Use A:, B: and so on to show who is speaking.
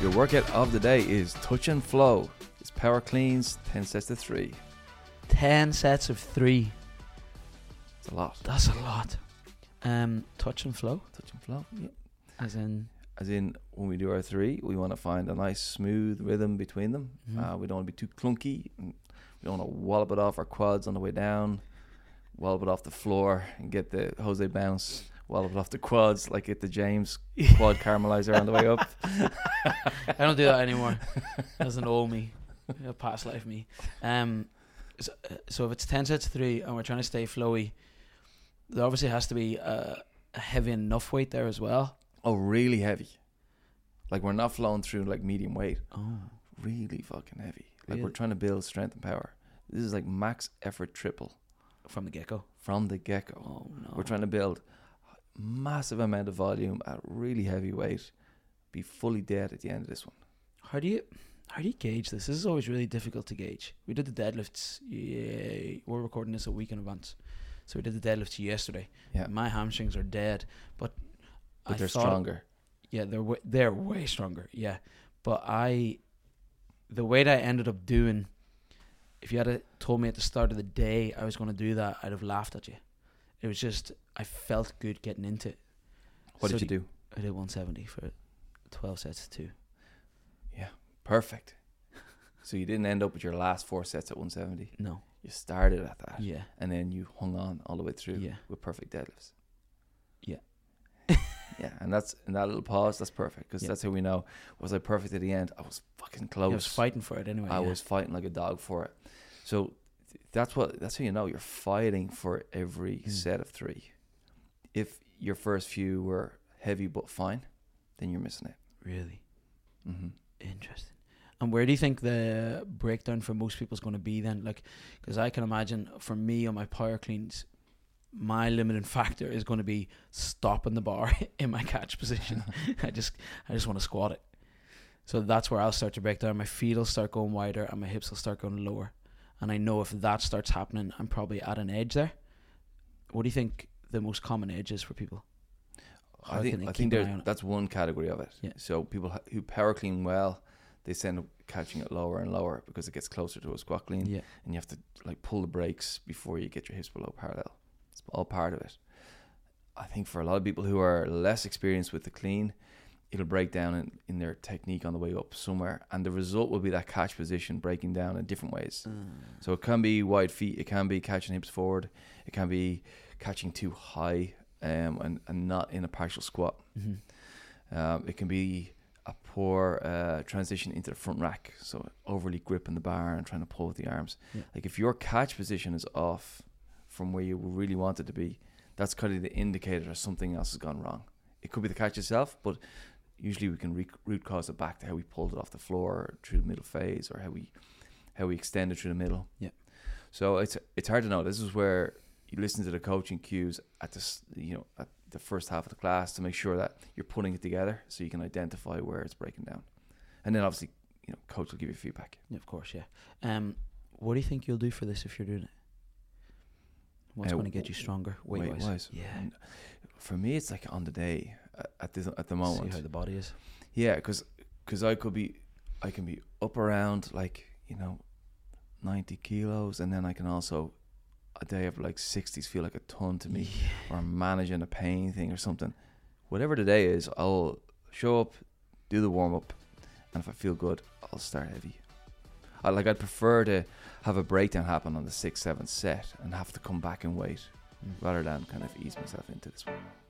A: Your workout of the day is touch and flow. It's power cleans, 10 sets to 3.
B: 10 sets of three.
A: It's a lot.
B: That's a lot. Um, touch and flow,
A: Touch and flow. Yeah.
B: as in.
A: As in, when we do our three, we want to find a nice smooth rhythm between them.
B: Mhm.
A: Uh, we don't want to be too clunky. and We don't want to wallop it off our quads on the way down, wallop it off the floor and get the Jose bounce, wallop it off the quads like get the James quad caramelizer on the way up.
B: I don't do that anymore. That's an old me, a past life me. Um, so, so if it's ten sets of three and we're trying to stay flowy, there obviously has to be a, a heavy enough weight there as well.
A: Oh, really heavy. Like we're not flowing through like medium weight.
B: Oh,
A: Really fucking heavy. Like we're
B: Really?
A: trying to build strength and power. This is like max effort triple
B: from the get go.
A: from the get go.
B: Oh no.
A: We're trying to build massive amount of volume at really heavy weight. Be fully dead at the end of this one.
B: How do you how do you gauge this? This is always really difficult to gauge. We did the deadlifts. Yeah, we're recording this a week in advance, so we did the deadlifts yesterday.
A: Yeah.
B: my hamstrings are dead, but,
A: But
B: I
A: they're
B: thought-
A: stronger.
B: Yeah, they're wa- they're way stronger. Yeah, but I, the weight I ended up doing, if you had a, told me at the start of the day I was going to do that, I'd have laughed at you. It was just I felt good getting into it.
A: What
B: So
A: did you do?
B: I did 170 for 12 sets of two.
A: Perfect. So you didn't end up with your last four sets at 170.
B: No,
A: You started at that,
B: yeah,
A: and then you hung on all the way through
B: yeah.
A: with perfect deadlifts.
B: Yeah.
A: yeah, and that's and that little pause. That's perfect because
B: Yeah.
A: that's how we know was I perfect at the end. I was fucking close.
B: I was fighting for it anyway.
A: I
B: yeah.
A: was fighting like a dog for it. So th- that's what that's how you know you're fighting for every
B: Mm.
A: set of three. If your first few were heavy but fine, then you're missing it.
B: really Mm-hmm.
A: hmm
B: interesting. And where do you think the breakdown for most people is going to be then? Like, because I can imagine for me on my power cleans, my limiting factor is going to be stopping the bar in my catch position. I just, I just want to squat it. So that's where I'll start to break down. My feet will start going wider, and my hips will start going lower. And I know if that starts happening, I'm probably at an edge there. What do you think the most common edge is for people?
A: I
B: How can
A: think
B: they
A: I
B: keep an
A: think
B: eye on
A: there's,
B: it?
A: that's one category of it.
B: Yeah.
A: So people ha- who power clean well, they end up catching it lower and lower because it gets closer to a squat clean,
B: Yeah.
A: and you have to like pull the brakes before you get your hips below parallel. It's all part of it. I think for a lot of people who are less experienced with the clean, it'll break down in, in their technique on the way up somewhere, and the result will be that catch position breaking down in different ways. So it can be wide feet, it can be catching hips forward, it can be catching too high um, and, and not in a partial squat.
B: Mhm.
A: Um, it can be a poor uh, transition into the front rack, so overly gripping the bar and trying to pull with the arms.
B: Yeah.
A: Like if your catch position is off from where you really want it to be, that's kind of the indicator that something else has gone wrong. It could be the catch itself, but usually we can re- root cause it back to how we pulled it off the floor through the middle phase or how we how we extend it through the middle.
B: Yeah.
A: So it's it's hard to know. This is where you listen to the coaching cues at this you know at the first half of the class to make sure that you're putting it together so you can identify where it's breaking down, and then obviously you know coach will give you feedback.
B: Yeah, Of course, yeah. Um, what do you think you'll do for this if you're doing it? What's
A: Uh,
B: going to get you stronger weight, wise?
A: weight-wise.
B: Yeah.
A: And for me, it's like on the day uh, at this at the
B: See
A: moment.
B: how the body is.
A: Yeah, because I could be, I can be up around like you know, ninety kilos, and then I can also a day of like sixties feel like a ton to me, or I'm managing a pain thing or something. Whatever the day is, I'll show up, do the warm up, and if I feel good, I'll start heavy. I, like I'd prefer to have a breakdown happen on the sixth, seventh set and have to come back and wait,
B: Mm.
A: rather than kind of ease myself into this one.